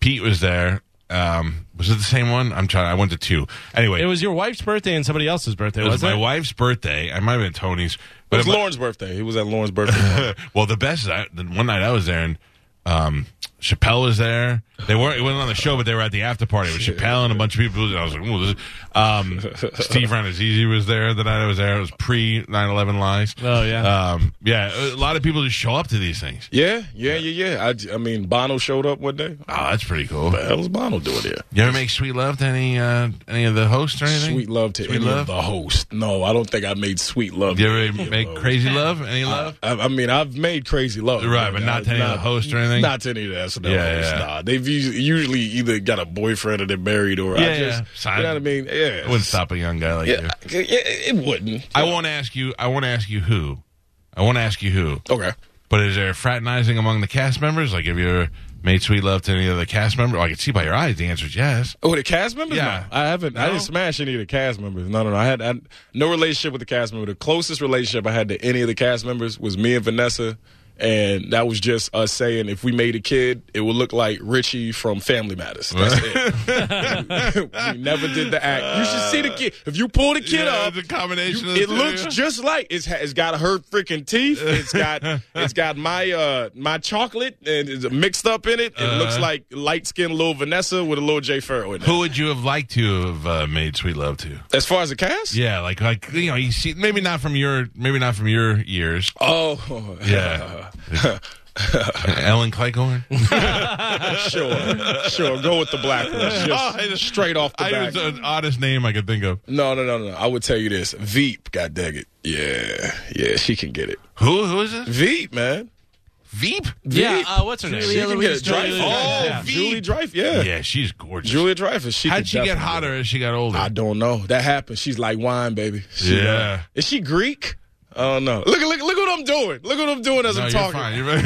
Pete was there. Um, was it the same one? I'm trying. I went to two. Anyway,
It was your wife's birthday and somebody else's birthday,
it was
wasn't
my
it?
wife's birthday. I might have been Tony's.
It was
it-
Lauren's birthday. He was at Lauren's birthday. party.
[LAUGHS] well, the best is I, the one night I was there, and um, Chappelle was there. They weren't it wasn't on the show, but they were at the after party with Chappelle and a bunch of people. And I was like, Ooh, this is-"
[LAUGHS]
um, Steve Ranazizi was there the night I was there. It was pre 9/11 lies.
Oh, yeah.
um, yeah. A lot of people just show up to these things.
yeah, yeah, yeah, yeah. I j- I, mean, Bono showed up one day.
Oh, that's pretty cool.
The hell is Bono doing here?
You ever make sweet love to any uh, any of the hosts or anything?
Sweet love to
Sweet
any
love?
of the host. No, I don't think I made sweet love.
You ever
Yeah,
make
love.
crazy love?
Uh,
Any love?
I, I mean, I've made crazy love,
Right, but not to any of the hosts or anything?
Not to any of the SNL
Yeah,
hosts.
yeah.
Nah, they've usually, usually either got a boyfriend or they're married, or
Yeah,
I just,
yeah.
you know what I mean? Yeah,
It wouldn't stop a young guy like
Yeah,
you.
I- yeah, it wouldn't.
I won't ask you. I won't ask you who. I won't ask you who.
Okay.
But is there fraternizing among the cast members? Like, have you ever made sweet love to any of the cast members? Well, I can see by your eyes the answer is yes.
Oh, the cast members?
Yeah.
No, I haven't. I
No?
didn't smash any of the cast members. No, no, no. I had I, no relationship with the cast member. The closest relationship I had to any of the cast members was me and Vanessa, and that was just us saying if we made a kid, it would look like Richie from Family Matters.
[LAUGHS]
That's it. [LAUGHS] we never did the act. You should see the kid. If you pull the kid
Yeah,
up,
it's a combination
you-
of the
it
two,
looks
yeah.
just like it's. ha- It's got her freaking teeth. It's
[LAUGHS]
got it's got my uh my chocolate and it's mixed up in it. It looks like light skinned little Vanessa with a little Jay Farrow in it.
Uh-huh. Who would you have liked to have uh, made sweet love to?
As far as the cast?
Yeah, like like you know, you see, maybe not from your maybe not from your
[LAUGHS]
years.
Oh,
[LAUGHS] Yeah, Ellen Claycorn.
[LAUGHS] sure, sure. Go with the black
[LAUGHS]
one. Just
Oh, I just-
straight off the
I,
back.
it was the oddest name I could think of.
no, no, no, no. I would tell you this. Veep, God dang it. Yeah, yeah. She can get it.
Who who is it?
Veep, man.
Veep.
yeah,
Veep.
uh, what's her name?
she can get it. Dreyfus.
Dreyfus. Yeah.
Oh, Julie Dreyfus. Yeah.
Yeah, she's gorgeous.
Julia Dreyfus. She
How'd
could
she get
definitely
hotter as she got older?
I don't know. That happened. She's like wine, baby. She, uh,
Yeah.
is she Greek? I don't know. Look, look, look what I'm doing. Look what I'm doing as
No,
I'm
you're
talking.
fine. [LAUGHS] You're
[LAUGHS]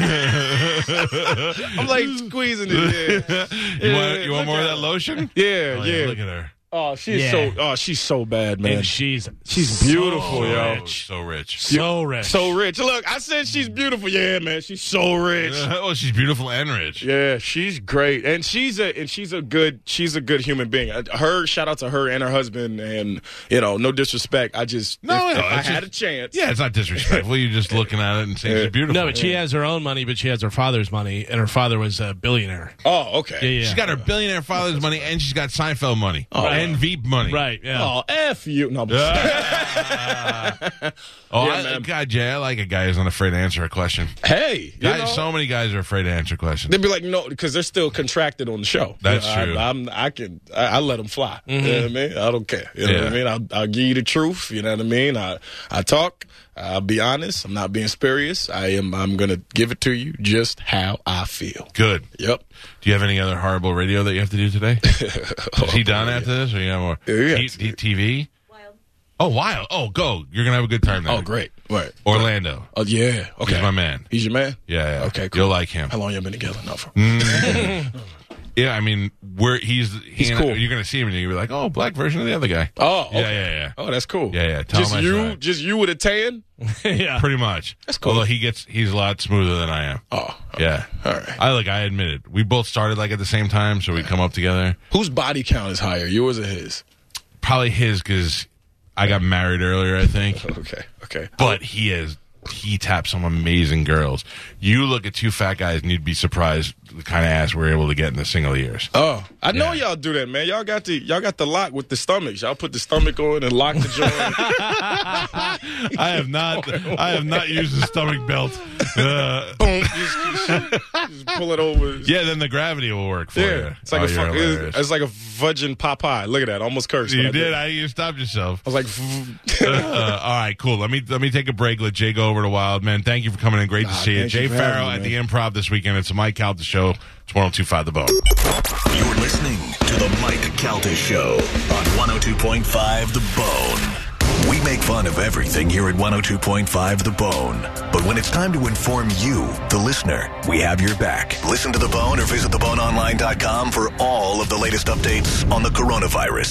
very-
I'm
[LAUGHS]
like squeezing it. Yeah,
you want,
Yeah,
you want
look
more of
at
that
her.
lotion?
yeah.
Oh,
yeah.
Look at her.
Oh, she's
Yeah.
so. Oh, she's so bad, man.
And she's
She's
so
beautiful, yo.
Oh, so rich.
So rich.
so rich. Look, I said she's beautiful. Yeah, man. She's so
[LAUGHS]
rich.
oh, she's beautiful and rich.
Yeah, she's great, and she's a and she's a good she's a good human being. Uh, Her shout out to her and her husband, and you know, no disrespect. I just
No,
if,
no,
if I
it's
had a
just-
chance.
Yeah, it's not disrespectful. You're just looking at it and saying she's beautiful.
no, but she has her own money, but she has her father's money, and her father was a billionaire.
Oh, okay.
Yeah, yeah.
She's got her billionaire father's money and she's got Seinfeld money
Oh,
and Veep money.
Right. Yeah.
Oh, f you. No, I'm-
Oh,
Yeah,
I,
man.
God, Jay, I like a guy who's not afraid to answer a question.
hey, you
Guys,
know,
so many guys are afraid to answer questions.
they'd be like, no, because they're still contracted on the show.
That's
I,
true. Mm-hmm.
I, am I can I, I let them fly. You know what I mean? I don't care. You know what I
Yeah.
mean? I'll, I'll give you the truth. You know what I mean? I I talk. I'll be honest. I'm not being spurious. I am. I'm gonna give it to you just how I feel.
Good.
Yep.
Do you have any other horrible radio that you have to
[LAUGHS]
do today? Is
Oh,
he done after this, or you have more?
Yeah, yeah.
T- T- TV. Oh, wild. Oh, go. You're gonna have a good time. There.
Oh, great. Right.
Orlando.
Oh yeah. Okay.
He's my man.
He's your man.
Yeah. Mm. yeah.
Okay.
You'll
Cool.
like him.
How long you been together? No. For
Yeah. I mean, where he's he
He's
and-
cool.
You're gonna see him, and you're gonna be like, oh, black version of the other guy.
Oh.
Yeah,
okay.
yeah, yeah.
Oh, that's cool.
Yeah, yeah. Tell
Just
him I
you.
tried.
Just you with a tan.
[LAUGHS]
yeah.
Pretty much. That's cool. Although he gets, he's a lot smoother than I am.
Oh.
Yeah.
All right.
I like. I admit it. We both started like at the same time, so we come up together.
Whose body count is higher, yours or his?
Probably his because I got married earlier.
[LAUGHS]
I think.
Okay. Okay.
but he is he taps some amazing girls. You look at two fat guys and you'd be surprised the kind of ass we're able to get in the single years.
Oh, I know y'all do that, man. Y'all got the y'all got the lock with the stomachs. Y'all put the stomach on and lock the
[LAUGHS]
joint.
[LAUGHS] I have not I have not used the stomach [LAUGHS] belt. Uh,
Boom. Just, just pull it over.
yeah, then the gravity will work for
Yeah.
you.
It's like
Oh,
a
you're
fuck,
hilarious.
it's, it's like a virgin Popeye. Look at that. Almost cursed.
you
when I
did. I you stopped yourself.
I was like, [LAUGHS] vroom.
[LAUGHS] Uh, all right, cool. Let me let me take a break. Let Jay go over to Wild Man. Thank you for coming in. Great to see you,
thank you
Jay
for having
Farrell
me,
at the Improv this weekend. It's the Mike Calda show. It's one zero two five the bone.
Oh.
You're listening to the Mike Calter Show on 102.5 The Bone. We make fun of everything here at 102.5 The Bone. But when it's time to inform you, the listener, we have your back. Listen to The Bone or visit TheBoneOnline.com for all of the latest updates on the coronavirus.